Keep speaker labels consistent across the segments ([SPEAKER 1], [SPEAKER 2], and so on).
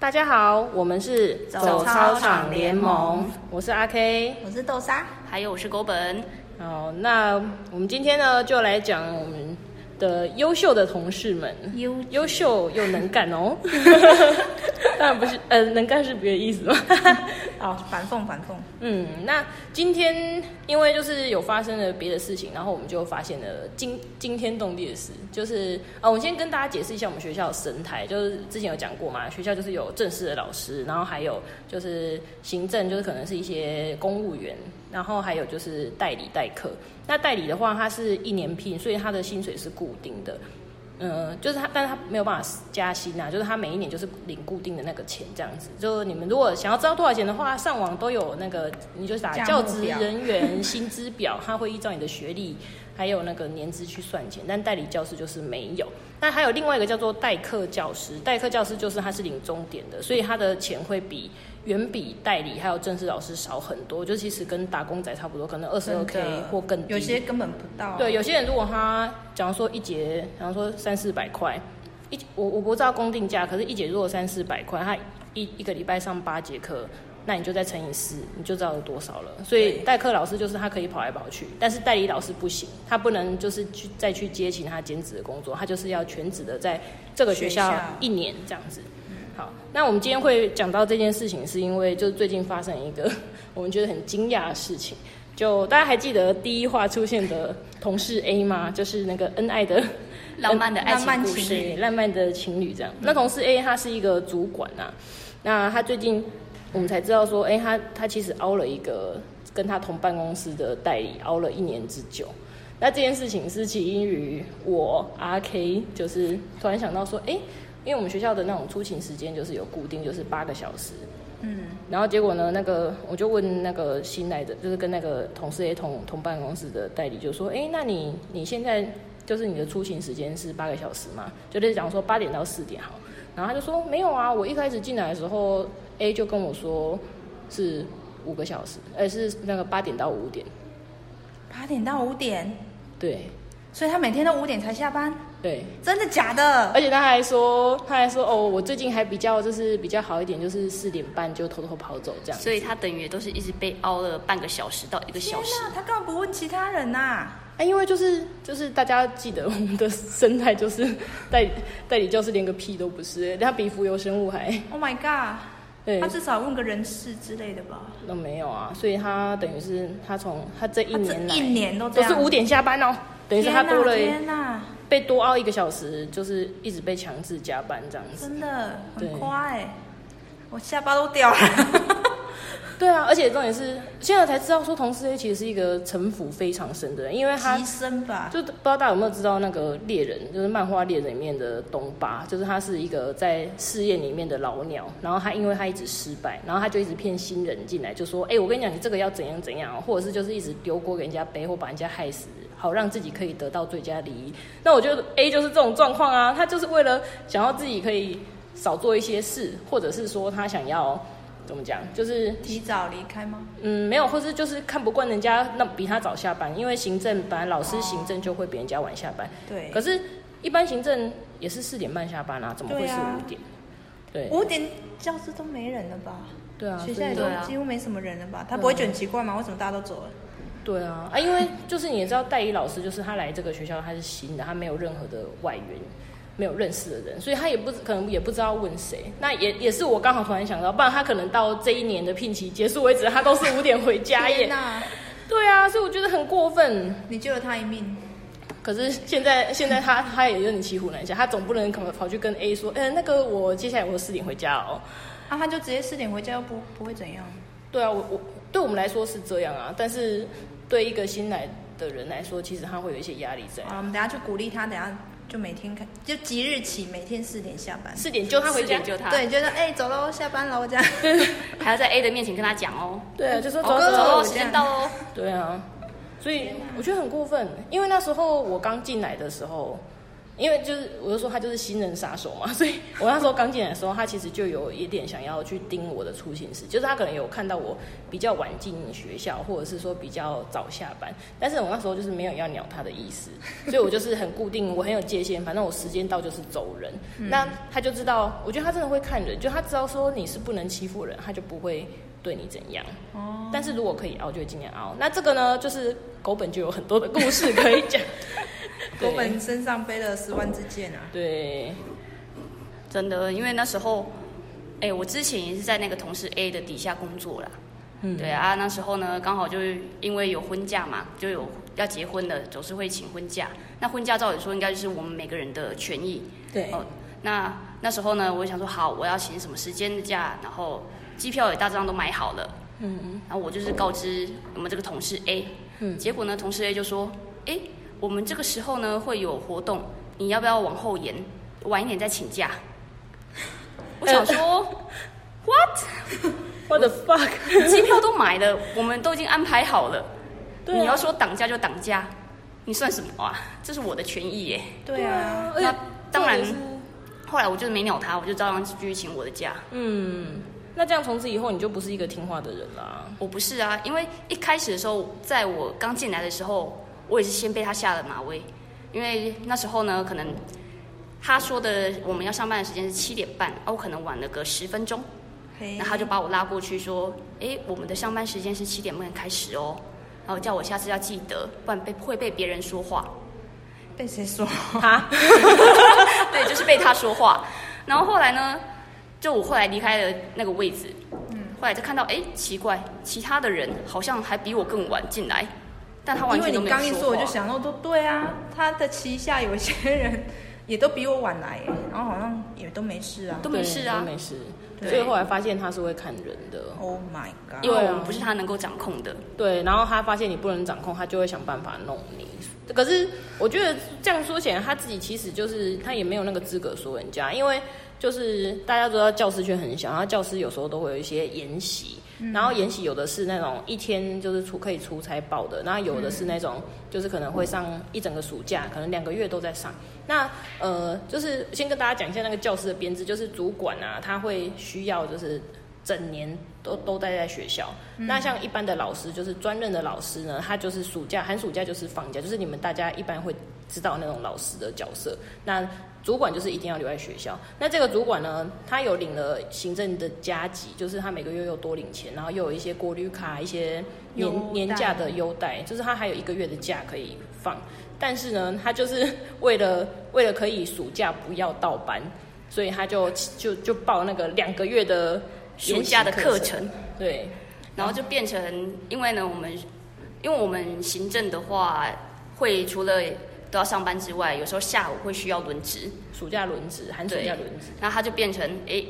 [SPEAKER 1] 大家好，我们是
[SPEAKER 2] 走操场联盟，
[SPEAKER 1] 我是阿 K。
[SPEAKER 2] 我是豆沙，
[SPEAKER 3] 还有我是狗本，
[SPEAKER 1] 好，那我们今天呢，就来讲我们的优秀的同事们，
[SPEAKER 3] 优
[SPEAKER 1] 优秀又能干 哦。当然不是，呃，能干是别的意思嘛。好，
[SPEAKER 2] 哦反缝反缝，
[SPEAKER 1] 嗯，那今天因为就是有发生了别的事情，然后我们就发现了惊惊天动地的事，就是呃，我先跟大家解释一下我们学校的生态，就是之前有讲过嘛，学校就是有正式的老师，然后还有就是行政，就是可能是一些公务员，然后还有就是代理代课。那代理的话，他是一年聘，所以他的薪水是固定的。呃，就是他，但是他没有办法加薪啊，就是他每一年就是领固定的那个钱这样子。就是你们如果想要知道多少钱的话，上网都有那个，你就打
[SPEAKER 2] 价目
[SPEAKER 1] 教职
[SPEAKER 2] 表
[SPEAKER 1] 人员薪资表，他会依照你的学历还有那个年资去算钱。但代理教师就是没有。那还有另外一个叫做代课教师，代课教师就是他是领钟点的，所以他的钱会比远比代理还有正式老师少很多，就其实跟打工仔差不多，可能二十二 k
[SPEAKER 2] 真的
[SPEAKER 1] 或更低。
[SPEAKER 2] 有些根本不到。
[SPEAKER 1] 对，，有些人如果他，假如说一节，假如说三四百块，一我我不知道公定价，可是一节如果三四百块，他一一个礼拜上八节课，那你就再乘以四，你就知道有多少了。所以代课老师就是他可以跑来跑去，但是代理老师不行，他不能就是去再去接其他兼职的工作，他就是要全职的在这个学校
[SPEAKER 2] 学校
[SPEAKER 1] 一年这样子。好，那我们今天会讲到这件事情，是因为就是最近发生一个 我们觉得很惊讶的事情。就大家还记得第一话出现的同事 A 吗？就是那个恩爱的
[SPEAKER 3] 浪漫的爱
[SPEAKER 2] 浪漫
[SPEAKER 3] 情故
[SPEAKER 2] 情侣
[SPEAKER 3] 事，
[SPEAKER 1] 对浪漫的情侣这样。那同事 A 他是一个主管啊，那他最近我们才知道说，哎、他他其实凹了一个跟他同办公室的代理，凹了一年之久。那这件事情是起因于我 R K，就是突然想到说，哎、因为我们学校的那种出勤时间就是有固定，就是八个小时。
[SPEAKER 2] 嗯，
[SPEAKER 1] 然后结果呢，那个我就问那个新来的，就是跟那个同事 A 同同办公室的代理，就说：“哎，那你你现在就是你的出勤时间是八个小时吗？”就类似讲说八点到四点好。然后他就说：“没有啊，我一开始进来的时候，A 就跟我说是五个小时，而是那个八点到五点。
[SPEAKER 2] 八点到五点，
[SPEAKER 1] 对
[SPEAKER 2] 所以他每天都五点才下班，
[SPEAKER 1] 对，
[SPEAKER 2] 真的假的？
[SPEAKER 1] 而且他还说他还说哦，我最近还比较就是比较好一点，就是四点半就偷偷跑走这样。
[SPEAKER 3] 所以他等于都是一直被凹了半个小时到一个
[SPEAKER 2] 天
[SPEAKER 3] 小时。
[SPEAKER 2] 他干嘛不问其他人呐、
[SPEAKER 1] 啊，因为就是就是大家记得我们的生态就是代理代理教师连个屁都不是，欸他比浮游生物还
[SPEAKER 2] o h Oh my god！
[SPEAKER 1] 对
[SPEAKER 2] 他，至少问个人事之类的吧。
[SPEAKER 1] 都没有啊，所以他等于是他从他这一
[SPEAKER 2] 他这
[SPEAKER 1] 年来
[SPEAKER 2] 一年都这
[SPEAKER 1] 都
[SPEAKER 2] 样，
[SPEAKER 1] 是五点下班哦，等于是他多了
[SPEAKER 2] 天哪、天哪
[SPEAKER 1] 被多熬一个小时，就是一直被强制加班这样子。
[SPEAKER 2] 真的
[SPEAKER 1] 对
[SPEAKER 2] 很夸哎、我下巴都掉了。
[SPEAKER 1] 对啊，而且重点是现在才知道说同事 A 其实是一个城府非常深的人，因为他
[SPEAKER 2] 提升吧，
[SPEAKER 1] 就不知道大家有没有知道那个猎人，就是漫画猎人里面的东巴，就是他是一个在试验里面的老鸟，然后他因为他一直失败，然后他就一直骗新人进来，就说：“哎、我跟你讲，你这个要怎样怎样哦，或者是就是一直丢锅给人家背，或把人家害死，好让自己可以得到最佳利益。”那我觉得 A 就是这种状况啊，他就是为了想要自己可以少做一些事，或者是说他想要怎么讲，就是
[SPEAKER 2] 提早离开吗？
[SPEAKER 1] 嗯，没有，或是就是看不惯人家那比他早下班，因为行政本来老师行政就会比人家晚下班，
[SPEAKER 2] 对
[SPEAKER 1] 可，是，一般行政也是四点半下班啊，怎么会是
[SPEAKER 2] 对啊
[SPEAKER 1] 五点？对，
[SPEAKER 2] 五点教室都没人了吧？
[SPEAKER 1] 对啊，
[SPEAKER 2] 啊学
[SPEAKER 1] 所
[SPEAKER 2] 校
[SPEAKER 1] 以
[SPEAKER 2] 也都
[SPEAKER 3] 对啊
[SPEAKER 2] 几乎没什么人了吧？他不会
[SPEAKER 1] 对啊
[SPEAKER 2] 觉得很奇怪吗？为什么大家都走了？
[SPEAKER 1] 对啊，啊，因为就是你也知道，代理老师就是他来这个学校他是新的，他没有任何的外援，没有认识的人，所以他也不可能也不知道问谁。那也也是我刚好突然想到，不然他可能到这一年的聘期结束为止，他都是五点回家
[SPEAKER 2] 天
[SPEAKER 1] 耶。
[SPEAKER 2] 哪！
[SPEAKER 1] 对啊，所以我觉得很过分。
[SPEAKER 2] 你救了他一命，
[SPEAKER 1] 可是现在现在他他也有点骑虎难下，他总不能跑跑去跟 A 说，嗯、那个我接下来我四点回家哦。
[SPEAKER 2] 啊，他就直接四点回家，又不不会怎样。
[SPEAKER 1] 对啊，我我对我们来说是这样啊，但是对一个新来的人来说，其实他会有一些压力在。
[SPEAKER 2] 好了，我们等下去鼓励他，等下就每天看，就即日起每天四点下班。
[SPEAKER 1] 四点就他回
[SPEAKER 3] 四
[SPEAKER 1] 家
[SPEAKER 3] 点，就他，
[SPEAKER 2] 对，觉得哎、走喽，下班了，我这样。
[SPEAKER 3] 还要在 A 的面前跟他讲哦，
[SPEAKER 1] 对啊，就说
[SPEAKER 2] 哦
[SPEAKER 1] 走
[SPEAKER 2] 哥
[SPEAKER 1] 走
[SPEAKER 3] 走
[SPEAKER 1] 走
[SPEAKER 3] 喽，
[SPEAKER 2] 这
[SPEAKER 3] 时
[SPEAKER 2] 样
[SPEAKER 3] 间到喽。
[SPEAKER 1] 对啊，所以我觉得很过分，因为那时候我刚进来的时候，因为就是我就说他就是新人杀手嘛，所 以我那时候刚进来的时候，他其实就有一点想要去盯我的出勤时，就是他可能有看到我比较晚进学校，或者是说比较早下班，但是我那时候就是没有要鸟他的意思，所以我就是很固定，我很有界限，反正我时间到就是走人。那他就知道，我觉得他真的会看人，就他知道说你是不能欺负人，他就不会对你怎样。
[SPEAKER 2] 哦，
[SPEAKER 1] 但是如果可以熬，就会尽量熬。那这个呢，就是狗本就有很多的故事可以 讲。对
[SPEAKER 2] 我本身上背了十万支箭啊，
[SPEAKER 1] 对，
[SPEAKER 3] 真的，因为那时候，哎、我之前也是在那个同事 A 的底下工作啦。
[SPEAKER 1] 嗯
[SPEAKER 3] 对啊，那时候呢，刚好就是因为有婚假嘛，就有要结婚的，总是会请婚假。那婚假照理说应该就是我们每个人的权益。
[SPEAKER 1] 对，
[SPEAKER 3] 哦，那那时候呢，我就想说，好，我要请什么时间的假，然后机票也大致上都买好了。
[SPEAKER 1] 嗯，
[SPEAKER 3] 然后我就是告知我们这个同事 A，
[SPEAKER 1] 嗯
[SPEAKER 3] 结果呢，同事 A 就说，哎，我们这个时候呢会有活动，你要不要往后延，晚一点再请假？我想说，what？
[SPEAKER 1] 我的 fuck，
[SPEAKER 3] 机票都买了，我们都已经安排好了，
[SPEAKER 1] 对啊
[SPEAKER 3] 你要说挡价就挡价，你算什么啊？这是我的权益耶。
[SPEAKER 2] 对啊，
[SPEAKER 1] 而且
[SPEAKER 3] 那当然
[SPEAKER 1] 重点是
[SPEAKER 3] 后来我就是没鸟他，我就照样继续请我的假。
[SPEAKER 1] 嗯，那这样从此以后你就不是一个听话的人啦。
[SPEAKER 3] 我不是啊，因为一开始的时候，在我刚进来的时候，我也是先被他吓了马威，因为那时候呢，可能他说的我们要上班的时间是七点半，啊，我可能晚了个十分钟，
[SPEAKER 2] 嘿
[SPEAKER 3] 那他就把我拉过去说，诶，我们的上班时间是七点半开始哦，然后叫我下次要记得，不然被会被别人说话。
[SPEAKER 2] 被谁说？
[SPEAKER 1] 哈，
[SPEAKER 3] 对，就是被他说话。然后后来呢，就我后来离开了那个位置，嗯，后来就看到，哎，奇怪，其他的人好像还比我更晚进来，但他完
[SPEAKER 2] 因为
[SPEAKER 3] 全都
[SPEAKER 2] 你
[SPEAKER 3] 没有
[SPEAKER 2] 刚一
[SPEAKER 3] 说
[SPEAKER 2] 说，我就
[SPEAKER 3] 话
[SPEAKER 2] 想到都对啊，他的旗下有一些人也都比我晚来，然后好像也都没事啊。
[SPEAKER 3] 都没事啊
[SPEAKER 1] 对都，没事。
[SPEAKER 2] 对
[SPEAKER 1] 所以后来发现他是会看人的，
[SPEAKER 2] Oh my god！
[SPEAKER 3] 因为
[SPEAKER 1] 对啊
[SPEAKER 3] 我们不是他能够掌控的。
[SPEAKER 1] 对，然后他发现你不能掌控，他就会想办法弄你。可是我觉得这样说起来，他自己其实就是他也没有那个资格说人家，因为就是大家都知道教师圈很小，然后教师有时候都会有一些研习，然后研习有的是那种一天就是出可以出差报的，然后有的是那种就是可能会上一整个暑假，可能两个月都在上。那呃，就是先跟大家讲一下那个教师的编制，就是主管啊，他会需要就是整年都都待在学校。
[SPEAKER 2] 嗯
[SPEAKER 1] 那像一般的老师，就是专任的老师呢，他就是暑假、寒暑假就是放假，就是你们大家一般会知道那种老师的角色。那主管就是一定要留在学校。那这个主管呢，他有领了行政的加级，就是他每个月又多领钱，然后又有一些国旅卡、一些年
[SPEAKER 2] 优待
[SPEAKER 1] 年假的优待，就是他还有一个月的假可以放。但是呢，他就是 为了为了可以暑假不要倒班，所以他就就就报那个两个月的
[SPEAKER 3] 暑假的
[SPEAKER 1] 研习
[SPEAKER 3] 课，程，
[SPEAKER 1] 对，
[SPEAKER 3] 然后就变成，因为呢，我们因为我们行政的话，会除了都要上班之外，有时候下午会需要轮值，
[SPEAKER 1] 暑假轮值、寒暑假轮值，
[SPEAKER 3] 那他就变成诶，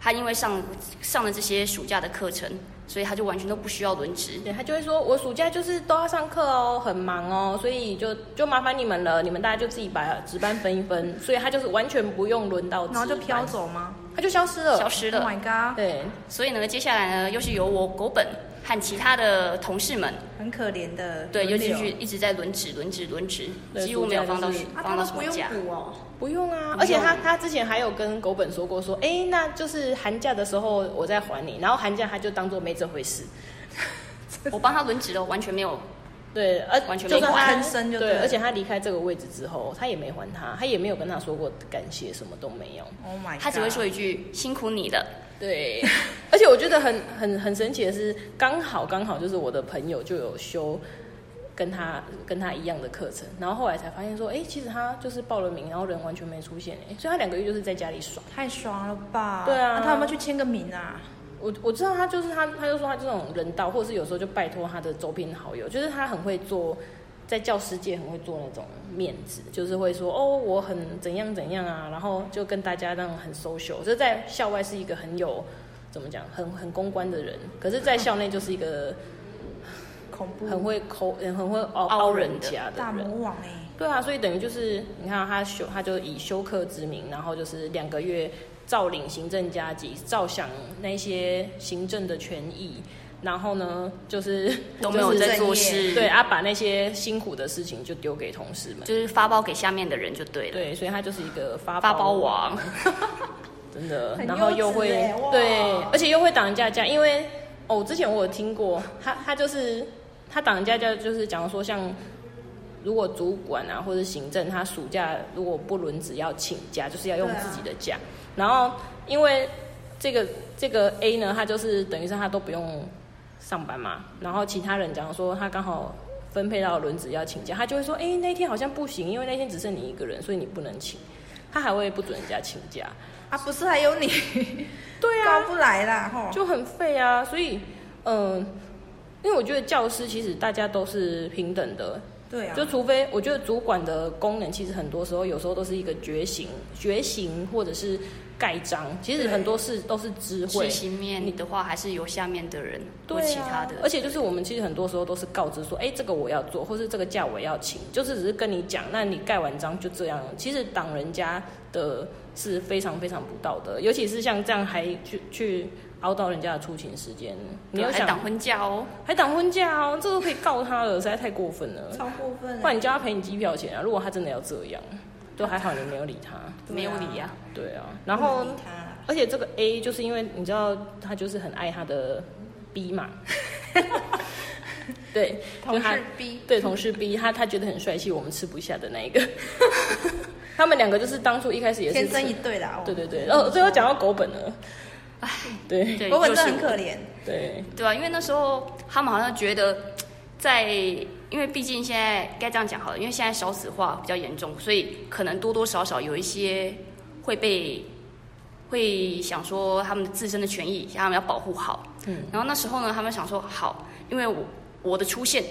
[SPEAKER 3] 他因为上上了这些暑假的课程，所以他就完全都不需要轮值。
[SPEAKER 1] 对他就会说，我暑假就是都要上课哦，很忙哦，所以就就麻烦你们了，你们大家就自己把值班分一分，所以他就是完全不用轮到，
[SPEAKER 2] 然后就飘，走吗
[SPEAKER 1] 他就消失了，
[SPEAKER 3] 消失
[SPEAKER 2] ？Oh
[SPEAKER 3] 了。
[SPEAKER 2] my god！
[SPEAKER 1] 对，
[SPEAKER 3] 所以呢，接下来呢，又是由我狗本和其他的同事们，
[SPEAKER 2] 很可怜的。
[SPEAKER 3] 对，又
[SPEAKER 2] 轮
[SPEAKER 3] 继
[SPEAKER 2] 流
[SPEAKER 3] 续一直在轮值、轮值、轮值，
[SPEAKER 1] 对
[SPEAKER 3] 几乎没有放到
[SPEAKER 1] 暑假就是
[SPEAKER 2] 啊，
[SPEAKER 3] 放
[SPEAKER 2] 他
[SPEAKER 3] 到
[SPEAKER 2] 都
[SPEAKER 3] 暑
[SPEAKER 2] 不用
[SPEAKER 3] 假。
[SPEAKER 2] 补哦。
[SPEAKER 1] 不用啊，
[SPEAKER 3] 不用
[SPEAKER 1] 而且他他之前还有跟狗本说过说，哎、那就是寒假的时候我再还你，然后寒假他就当做没这回事，
[SPEAKER 3] 我帮他轮值了，完全没有。
[SPEAKER 1] 对，而
[SPEAKER 3] 完全
[SPEAKER 1] 就
[SPEAKER 3] 没
[SPEAKER 1] 算
[SPEAKER 2] 还
[SPEAKER 1] 他
[SPEAKER 2] 单身就对
[SPEAKER 1] 对，
[SPEAKER 2] 了
[SPEAKER 1] 而且他离开这个位置之后，他也没还他，他也没有跟他说过感谢，什么都没有。
[SPEAKER 2] Oh my god！
[SPEAKER 3] 他只会说一句“辛苦你了
[SPEAKER 1] 对，而且我觉得很很很神奇的是，刚好刚好就是我的朋友就有修跟他跟他一样的课程，然后后来才发现说，哎、其实他就是报了名，然后人完全没出现、哎，所以他两个月就是在家里爽。
[SPEAKER 2] 太爽了吧？
[SPEAKER 1] 对啊
[SPEAKER 2] 他有没有去签个名啊？
[SPEAKER 1] 我我知道他就是他，他就说他这种人道，或是有时候就拜托他的周边好友，就是他很会做，在教师界很会做那种面子，就是会说哦我很怎样怎样啊，然后就跟大家那种很 social，就是在校外是一个很有怎么讲，很很公关的人，可是，在校内就是一个
[SPEAKER 2] 恐怖，
[SPEAKER 1] 很会抠，很会凹
[SPEAKER 3] 凹
[SPEAKER 1] 凹
[SPEAKER 3] 人
[SPEAKER 1] 人
[SPEAKER 3] 的
[SPEAKER 1] 家的
[SPEAKER 2] 大
[SPEAKER 1] 人。
[SPEAKER 2] 魔王哎、
[SPEAKER 1] 对啊，所以等于就是你看他休，他就以休课之名，然后就是两个月照领行政加级，照享那些行政的权益，然后呢，就是
[SPEAKER 3] 都没有在做
[SPEAKER 2] 就是正
[SPEAKER 3] 事，
[SPEAKER 1] 对，啊，把那些辛苦的事情就丢给同事们。
[SPEAKER 3] 就是发包给下面的人就对了。
[SPEAKER 1] 对，所以他就是一个发
[SPEAKER 3] 发包，王，
[SPEAKER 1] 真的，
[SPEAKER 2] 很
[SPEAKER 1] 然后
[SPEAKER 2] 优
[SPEAKER 1] 又
[SPEAKER 2] 质
[SPEAKER 1] 会
[SPEAKER 2] 欸哇
[SPEAKER 1] 对，而且又会挡人家家，因为哦，之前我有听过，他他就是他挡人家家，就是假如说像如果主管啊或者行政，他暑假如果不轮值要请假，就是要用
[SPEAKER 2] 对啊
[SPEAKER 1] 自己的假，然后因为这个这个 A 呢，他就是等于是他都不用上班嘛，然后其他人假如说他刚好。分配到轮值要请假，他就会说：“哎、那天好像不行，因为那天只剩你一个人，所以你不能请。”他还会不准人家请假。
[SPEAKER 2] 啊，不是还有 你，
[SPEAKER 1] 对啊，
[SPEAKER 2] 高不来啦，吼，
[SPEAKER 1] 就很废啊。所以，嗯、因为我觉得教师其实大家都是平等的，
[SPEAKER 2] 对啊，
[SPEAKER 1] 就除非我觉得主管的功能，其实很多时候有时候都是一个觉醒、觉醒或者是盖章。其实
[SPEAKER 2] 对
[SPEAKER 1] 很多事都是智慧
[SPEAKER 3] 执。行面的话还是由下面的人或
[SPEAKER 1] 对、啊
[SPEAKER 3] 其他的。
[SPEAKER 1] 而且就是我们其实很多时候都是告知说，哎，这个我要做，或是这个假我要请，就是只是跟你讲，那你盖完章就这样。其实挡人家的是非常非常不道德，尤其是像这样还去去熬到人家的出勤时间，你要
[SPEAKER 3] 还
[SPEAKER 1] 想
[SPEAKER 3] 挡婚假哦，
[SPEAKER 1] 还挡婚假哦，这都可以告他了，实在太过分了。
[SPEAKER 2] 超过分
[SPEAKER 1] 不然
[SPEAKER 2] 了。
[SPEAKER 1] 你叫他赔你机票钱啊！如果他真的要这样，都还好你没有理他。
[SPEAKER 2] 对啊
[SPEAKER 3] 没有理啊，
[SPEAKER 1] 对啊，然后
[SPEAKER 2] 不能理他啦
[SPEAKER 1] 而且这个 A 就是因为你知道他就是很爱他的 B 嘛，对，就
[SPEAKER 2] 同
[SPEAKER 1] 他
[SPEAKER 2] 事 B
[SPEAKER 1] 对同事 B，他他觉得很帅气，我们吃不下的那一个。 他们两个就是当初一开始也是
[SPEAKER 2] 天生
[SPEAKER 1] 吃
[SPEAKER 2] 一对啦，哦
[SPEAKER 1] 对对对，然后最后讲到狗本了，对啊
[SPEAKER 3] 对，
[SPEAKER 2] 我本
[SPEAKER 3] 就
[SPEAKER 2] 真
[SPEAKER 3] 是
[SPEAKER 2] 很可怜，
[SPEAKER 1] 对
[SPEAKER 3] 对啊，因为那时候他们好像觉得在，因为毕竟现在该这样讲好了，因为现在少子化比较严重，所以可能多多少少有一些会被会想说他们自身的权益，他们要保护好。
[SPEAKER 1] 嗯，
[SPEAKER 3] 然后那时候呢，他们想说好，因为我我的出现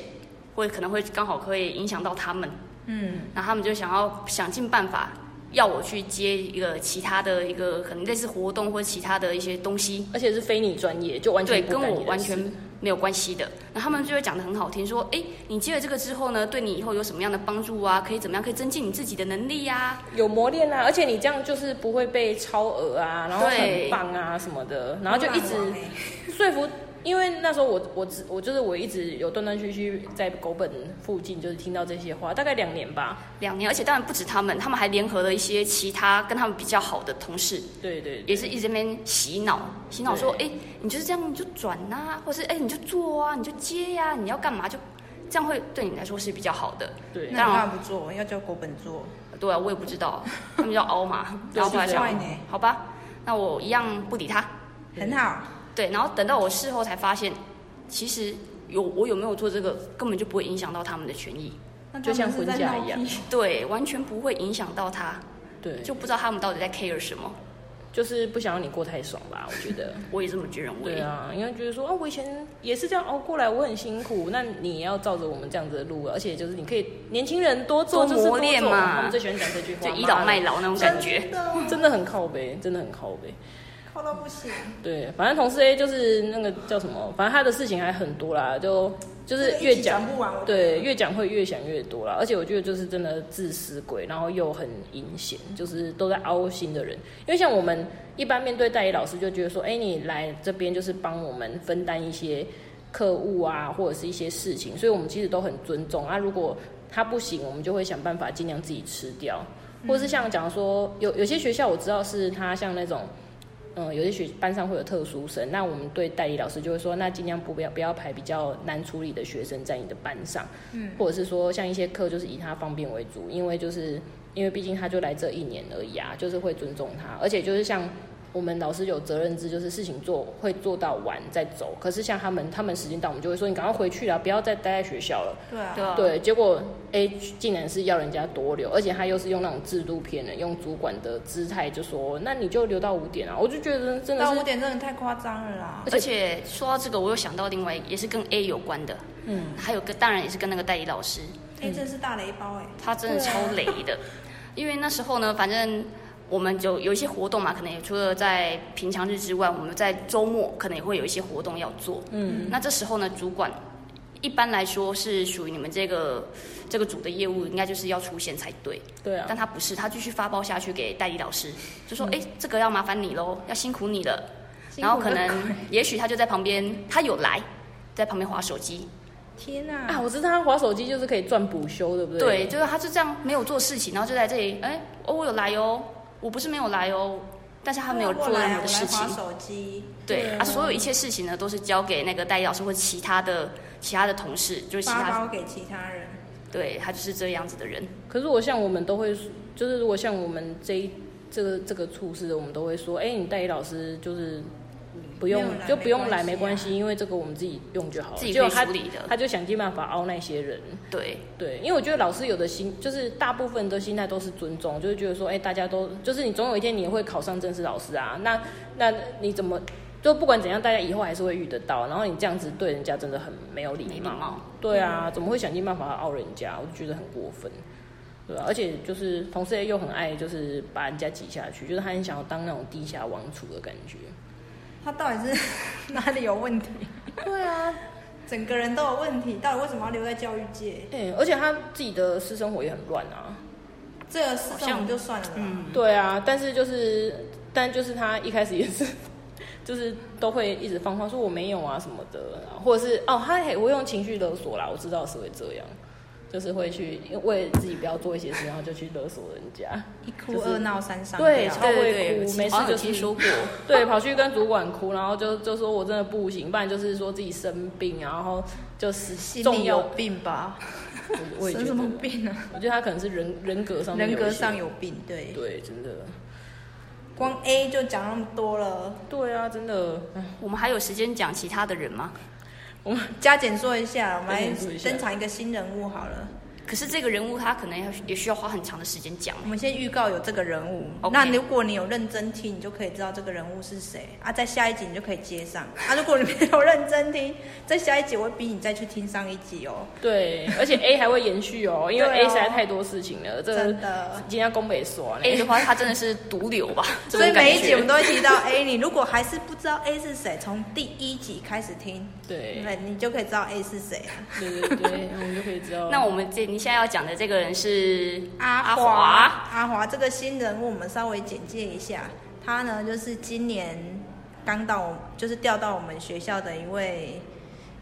[SPEAKER 3] 会可能会刚好会影响到他们，
[SPEAKER 2] 嗯，
[SPEAKER 3] 然后他们就想要想尽办法要我去接一个其他的一个可能类似活动或其他的一些东西。
[SPEAKER 1] 而且是非你专业，就完
[SPEAKER 3] 对，
[SPEAKER 1] 全不
[SPEAKER 3] 跟
[SPEAKER 1] 干
[SPEAKER 3] 我
[SPEAKER 1] 你的
[SPEAKER 3] 完
[SPEAKER 1] 事
[SPEAKER 3] 全没有关系的。那他们就会讲的很好听，说，哎，你接了这个之后呢，对你以后有什么样的帮助啊？可以怎么样？可以增进你自己的能力呀、
[SPEAKER 1] 有磨练啊，而且你这样就是不会被超额啊，然后很
[SPEAKER 3] 对啊
[SPEAKER 1] 棒啊什么的，然后就一直
[SPEAKER 2] 乱玩欸
[SPEAKER 3] 哎
[SPEAKER 1] 说服。因为那时候我我只我就是我一直有断断续续在狗本附近就是听到这些话，大概两年吧。
[SPEAKER 3] 两年，而且当然不止他们，他们还联合了一些其他跟他们比较好的同事，
[SPEAKER 1] 对对对
[SPEAKER 3] 也是一直在那边洗脑，洗脑说，
[SPEAKER 1] 对
[SPEAKER 3] 哎，你就是这样，你就转呐、或是哎，你就做啊，你就接呀、你要干嘛就，这样会对你来说是比较好的。
[SPEAKER 1] 对
[SPEAKER 2] 那你干嘛不做？要叫狗本做，
[SPEAKER 3] 对啊，我也不知道，他们叫 凹嘛，
[SPEAKER 1] 对
[SPEAKER 3] 然后后来
[SPEAKER 1] 是
[SPEAKER 3] 想
[SPEAKER 2] 这样欸，
[SPEAKER 3] 好吧，那我一样不理他。
[SPEAKER 2] 很好，
[SPEAKER 3] 对，然后等到我事后才发现，其实有我有没有做这个，根本就不会影响到他们的权益，
[SPEAKER 2] 那他
[SPEAKER 1] 就像
[SPEAKER 2] 们是
[SPEAKER 1] 婚
[SPEAKER 2] 在
[SPEAKER 1] 假
[SPEAKER 2] 闹
[SPEAKER 1] 一样
[SPEAKER 2] 屁
[SPEAKER 3] 对，完全不会影响到他，
[SPEAKER 1] 对，就
[SPEAKER 3] 就不知道他们到底在 care 什么。
[SPEAKER 1] 就是不想让你过太爽吧，我觉得。
[SPEAKER 3] 我也这么觉认为。
[SPEAKER 1] 对啊，因为觉得说啊，我以前也是这样熬过来，我很辛苦。那你也要照着我们这样子的路，啊而且就是你可以年轻人多做
[SPEAKER 3] 多
[SPEAKER 1] 就是
[SPEAKER 3] 磨练
[SPEAKER 1] 做
[SPEAKER 3] 嘛
[SPEAKER 1] 我们最喜欢讲这句话，
[SPEAKER 3] 就倚老卖老那种感觉，
[SPEAKER 2] 真的哦
[SPEAKER 1] 真的很靠背，真的很靠背。
[SPEAKER 2] 靠到不行，
[SPEAKER 1] 对，反正同事 A 就是那个叫什么，反正他的事情还很多啦，就就是越讲
[SPEAKER 2] 这个一集不完，我
[SPEAKER 1] 对越讲会越想越多啦。而且我觉得就是真的自私鬼，然后又很阴险，就是都在凹心的人。因为像我们一般面对代理老师，就觉得说，哎，你来这边就是帮我们分担一些客户啊，或者是一些事情，所以我们其实都很尊重啊。如果他不行，我们就会想办法尽量自己吃掉，或是像讲说，有有些学校我知道是他像那种。嗯，有些学班上会有特殊生，那我们对代理老师就会说，那尽量不不要不要排比较难处理的学生在你的班上，嗯，或者是说像一些课就是以他方便为主，因为就是因为毕竟他就来这一年而已啊，就是会尊重他，而且就是像我们老师有责任制，就是事情做会做到完再走，可是像他们他们时间到，我们就会说你赶快回去啦，不要再待在学校了。
[SPEAKER 2] 对啊，
[SPEAKER 3] 对啊，
[SPEAKER 1] 对，结果 A 竟然是要人家多留，而且他又是用那种制度骗人，用主管的姿态就说，那你就留到五点啊！我就觉得真的
[SPEAKER 2] 到
[SPEAKER 1] 是
[SPEAKER 2] 五点真的太夸张了啦，
[SPEAKER 3] 而且说到这个，我又想到另外一个也是跟 A 有关的，嗯，还有个当然也是跟那个代理老师，
[SPEAKER 2] 哎，真是大雷包哎，
[SPEAKER 3] 他真的超
[SPEAKER 1] 啊
[SPEAKER 3] 雷的。因为那时候呢，反正我们就有一些活动嘛，可能也除了在平常日之外，我们在周末可能也会有一些活动要做。嗯，那这时候呢，主管一般来说是属于你们这个这个组的业务，应该就是要出现才对。
[SPEAKER 1] 对啊，
[SPEAKER 3] 但他不是，他继续发包下去给代理老师，就
[SPEAKER 2] 嗯
[SPEAKER 3] 说：“哎、这个要麻烦你喽，要辛苦你了。”然后可能也许他就在旁边，他有来，在旁边划手机。
[SPEAKER 2] 天哪、
[SPEAKER 1] 啊，我知道他划手机就是可以赚补休，对不对？
[SPEAKER 3] 对，就是他就这样没有做事情，然后就在这里，哎，哦，我有来哦，我不是没有来哦，但是他没有做
[SPEAKER 2] 啊我来
[SPEAKER 3] 任何的事情
[SPEAKER 2] 我来。划手机，
[SPEAKER 3] 对
[SPEAKER 1] 对
[SPEAKER 3] 啊，所有一切事情呢，都是交给那个代理老师或其他的其他的同事，就是其
[SPEAKER 2] 发
[SPEAKER 3] 他
[SPEAKER 2] 包给其他人。
[SPEAKER 3] 对他就是这样子的人。
[SPEAKER 1] 可是我像我们都会，就是如果像我们这一这个这个处事的，我们都会说，哎、你代理老师就是不用
[SPEAKER 2] 没有来
[SPEAKER 1] 就不用来没
[SPEAKER 2] 没
[SPEAKER 1] 关
[SPEAKER 2] 关
[SPEAKER 1] 系、
[SPEAKER 2] 系啊
[SPEAKER 1] 因为这个我们自己用就好了。
[SPEAKER 3] 自己
[SPEAKER 1] 结果
[SPEAKER 3] 可以
[SPEAKER 1] 他
[SPEAKER 3] 处理的
[SPEAKER 1] 他就想尽办法熬那些人。
[SPEAKER 3] 对，
[SPEAKER 1] 对，因为我觉得老师有的心，就是大部分的心态都是尊重，就是觉得说，哎、大家都就是你总有一天你也会考上正式老师啊，那那你怎么就不管怎样，大家以后还是会遇得到，然后你这样子对人家真的很没有礼
[SPEAKER 3] 没礼
[SPEAKER 1] 貌。
[SPEAKER 3] 貌
[SPEAKER 1] 对啊，怎么会想尽办法熬人家？我就觉得很过分。对啊，而且就是同事又很爱，就是把人家挤下去，就是他很想要当那种地下王储的感觉。
[SPEAKER 2] 他到底是 哪里有问题？
[SPEAKER 1] 对啊，
[SPEAKER 2] 整个人都有问题，到底为什么要留在教育界？
[SPEAKER 1] 哎、而且他自己的私生活也很乱啊。
[SPEAKER 2] 这个事情我们就算了啦。
[SPEAKER 3] 嗯，
[SPEAKER 1] 对啊，但是就是，但就是他一开始也是， 就是都会一直放话说我没有啊什么的，或者是哦，他也会用情绪勒索啦，我知道是会这样，就是会去为了自己不要做一些事，然后就去勒索人家，
[SPEAKER 2] 一哭二闹三上吊。
[SPEAKER 1] 对超
[SPEAKER 3] 对对
[SPEAKER 1] 会
[SPEAKER 3] 对，
[SPEAKER 1] 哭
[SPEAKER 3] 有
[SPEAKER 1] 没事
[SPEAKER 3] 好像有
[SPEAKER 1] 就
[SPEAKER 3] 听
[SPEAKER 1] 是
[SPEAKER 3] 说过，
[SPEAKER 1] 对，跑去跟主管哭，然后就就说我真的不行，不然就是说自己生病，然后就是
[SPEAKER 2] 心
[SPEAKER 1] 重
[SPEAKER 2] 里
[SPEAKER 1] 有
[SPEAKER 2] 有，病吧？
[SPEAKER 1] 我我也觉
[SPEAKER 2] 生
[SPEAKER 1] 得
[SPEAKER 2] 什，么病啊？
[SPEAKER 1] 我觉得他可能是人人格上面
[SPEAKER 2] 人
[SPEAKER 1] 有
[SPEAKER 2] 格
[SPEAKER 1] 一些
[SPEAKER 2] 上有病，对。
[SPEAKER 1] 对，真的，
[SPEAKER 2] 光 A 就讲那么多了，
[SPEAKER 1] 对啊，真的，唉
[SPEAKER 3] 我们还有时间讲其他的人吗？
[SPEAKER 1] 我们
[SPEAKER 2] 加减说一下，我们来
[SPEAKER 1] 加减说一下
[SPEAKER 2] 登场一个新人物好了。
[SPEAKER 3] 可是这个人物他可能要也需要花很长的时间讲。
[SPEAKER 2] 我们先预告有这个人物
[SPEAKER 3] OK
[SPEAKER 2] 那如果你有认真听，你就可以知道这个人物是谁啊，在下一集你就可以接上啊。如果你没有认真听， 在下一集我会逼你再去听上一集哦。
[SPEAKER 1] 对，而且 A 还会延续哦，因为
[SPEAKER 2] 对
[SPEAKER 1] A
[SPEAKER 2] 哦
[SPEAKER 1] 实在太多事情了，这个
[SPEAKER 2] 真的
[SPEAKER 1] 今天宫北说
[SPEAKER 3] A 的话，他真的是毒瘤 吧？这
[SPEAKER 2] 所以
[SPEAKER 3] 种感
[SPEAKER 2] 每一集
[SPEAKER 3] 觉
[SPEAKER 2] 我们都会提到 A，你如果还是不知道 A 是谁，从第一集开始听，
[SPEAKER 1] 对
[SPEAKER 2] 那你就可以知道 A 是谁啊。
[SPEAKER 1] 对对对，我们就可以知道。
[SPEAKER 3] 那我们这你现在要讲的这个人是
[SPEAKER 2] 阿华，
[SPEAKER 3] 华，
[SPEAKER 2] 阿华这个新人物，我们稍微简介一下。他呢，就是今年刚到，就是调到我们学校的一位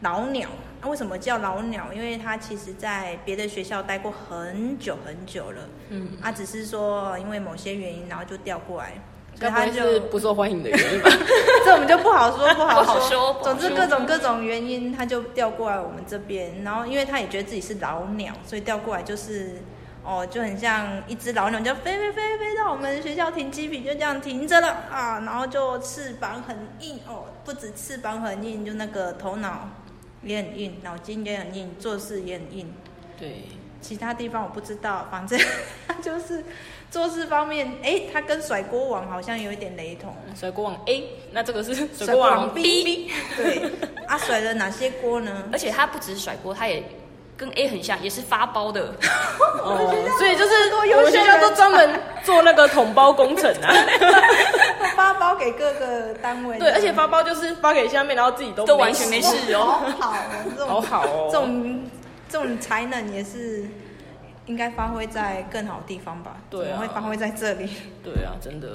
[SPEAKER 2] 老鸟。那、为什么叫老鸟？因为他其实在别的学校待过很久很久了。
[SPEAKER 1] 嗯，
[SPEAKER 2] 啊，只是说因为某些原因，然后就调过来，所
[SPEAKER 1] 该
[SPEAKER 2] 以
[SPEAKER 1] 不
[SPEAKER 2] 他
[SPEAKER 1] 会是
[SPEAKER 2] 就
[SPEAKER 1] 不受欢迎的原因吧？
[SPEAKER 2] 这我们就不好说，不 好
[SPEAKER 3] 不好说不好
[SPEAKER 2] 总之
[SPEAKER 3] 说
[SPEAKER 2] 各种各种原因，他就调过来我们这边，然后因为他也觉得自己是老鸟，所以调过来就是。哦，就很像一只老鸟，就飞飞飞飞到我们学校停机坪，就这样停着了啊，然后就翅膀很硬哦，不止翅膀很硬，就那个头脑也很硬，脑筋也很硬，做事也很硬。
[SPEAKER 1] 对，
[SPEAKER 2] 其他地方我不知道，反正 就是做事方面，哎，他跟甩锅王好像有一点雷同。
[SPEAKER 1] 甩锅王 A，那这个是甩
[SPEAKER 2] 甩
[SPEAKER 1] 锅
[SPEAKER 2] 锅
[SPEAKER 1] 王
[SPEAKER 2] 王
[SPEAKER 1] B，
[SPEAKER 2] 对，啊，甩了哪些锅呢？
[SPEAKER 3] 而且他不只是甩锅，他也跟 A 很像，也是发包 的。
[SPEAKER 1] 哦，所以就是
[SPEAKER 2] 多优秀
[SPEAKER 1] 我们学校都专门做那个统包工程啊。
[SPEAKER 2] 发包给各个单位。
[SPEAKER 1] 对，而且发包就是发给下面，然后自己都
[SPEAKER 3] 都完全没事
[SPEAKER 2] 好好哦，这种
[SPEAKER 1] 好好哦
[SPEAKER 2] 这种这种才能也是应该发挥在更好的地方吧？
[SPEAKER 1] 对啊
[SPEAKER 2] 怎么会发挥在这里？
[SPEAKER 1] 对啊，真的，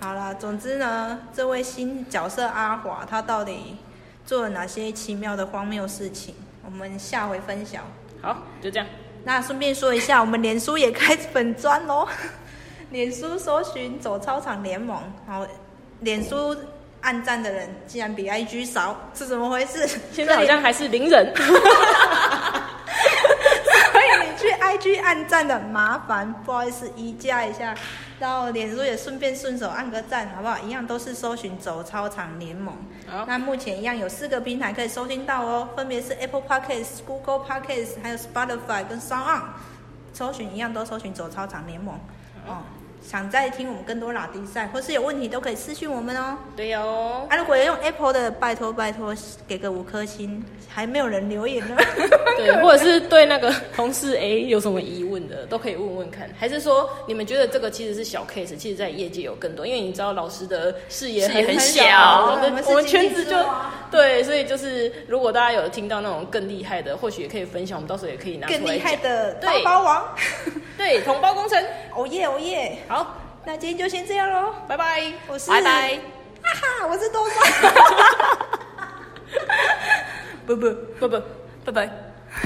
[SPEAKER 2] 好啦，总之呢，这位新角色阿华，他到底做了哪些奇妙的荒谬事情？我们下回分享。
[SPEAKER 1] 好，就这样。
[SPEAKER 2] 那顺便说一下，我们脸书也开粉砖喽， 脸书搜寻“走操场联盟”，好，脸书按赞的人竟然比 IG 少，是怎么回事？
[SPEAKER 1] 现在好像还是零人，
[SPEAKER 2] 所以你去 IG 按赞的麻烦，不好意思移加一下，然后脸书也顺便顺手按个赞，好不好？一样都是搜寻“走操场联盟”
[SPEAKER 1] 好。
[SPEAKER 2] 那目前一样有四个平台可以收听到哦，分别是 Apple Podcast、Google Podcast，还有 Spotify 跟 Sound On。搜寻一样都搜寻“走操场联盟”。哦，想再听我们更多拉迪赛，或是有问题都可以私讯我们哦。
[SPEAKER 1] 对哦，
[SPEAKER 2] 啊，如果有用 Apple 的，拜托拜托给个五颗星，还没有人留言呢。
[SPEAKER 1] 对，或者是对那个同事 A 有什么疑问的，都可以问问看。还是说你们觉得这个其实是小 case，其实在业界有更多，因为你知道老师的视野
[SPEAKER 3] 视野
[SPEAKER 1] 很
[SPEAKER 3] 很
[SPEAKER 1] 小，
[SPEAKER 3] 小
[SPEAKER 1] 我们我
[SPEAKER 2] 对我
[SPEAKER 1] 们
[SPEAKER 2] 们是
[SPEAKER 1] 圈子
[SPEAKER 2] 经济啊
[SPEAKER 1] 就
[SPEAKER 2] 之王
[SPEAKER 1] 对，所以就是如果大家有听到那种更厉害的，或许也可以分享，我们到时候也可以拿出来
[SPEAKER 2] 更厉害
[SPEAKER 1] 讲
[SPEAKER 2] 的包
[SPEAKER 1] 对
[SPEAKER 2] 包王，
[SPEAKER 1] 对同胞工程。
[SPEAKER 2] 哦耶哦耶！
[SPEAKER 1] 好，
[SPEAKER 2] 那今天就先这样喽，
[SPEAKER 1] 拜拜。
[SPEAKER 2] 我是
[SPEAKER 3] 拜拜。
[SPEAKER 2] 哈哈，我是豆豆。不不，
[SPEAKER 1] 不不，拜拜。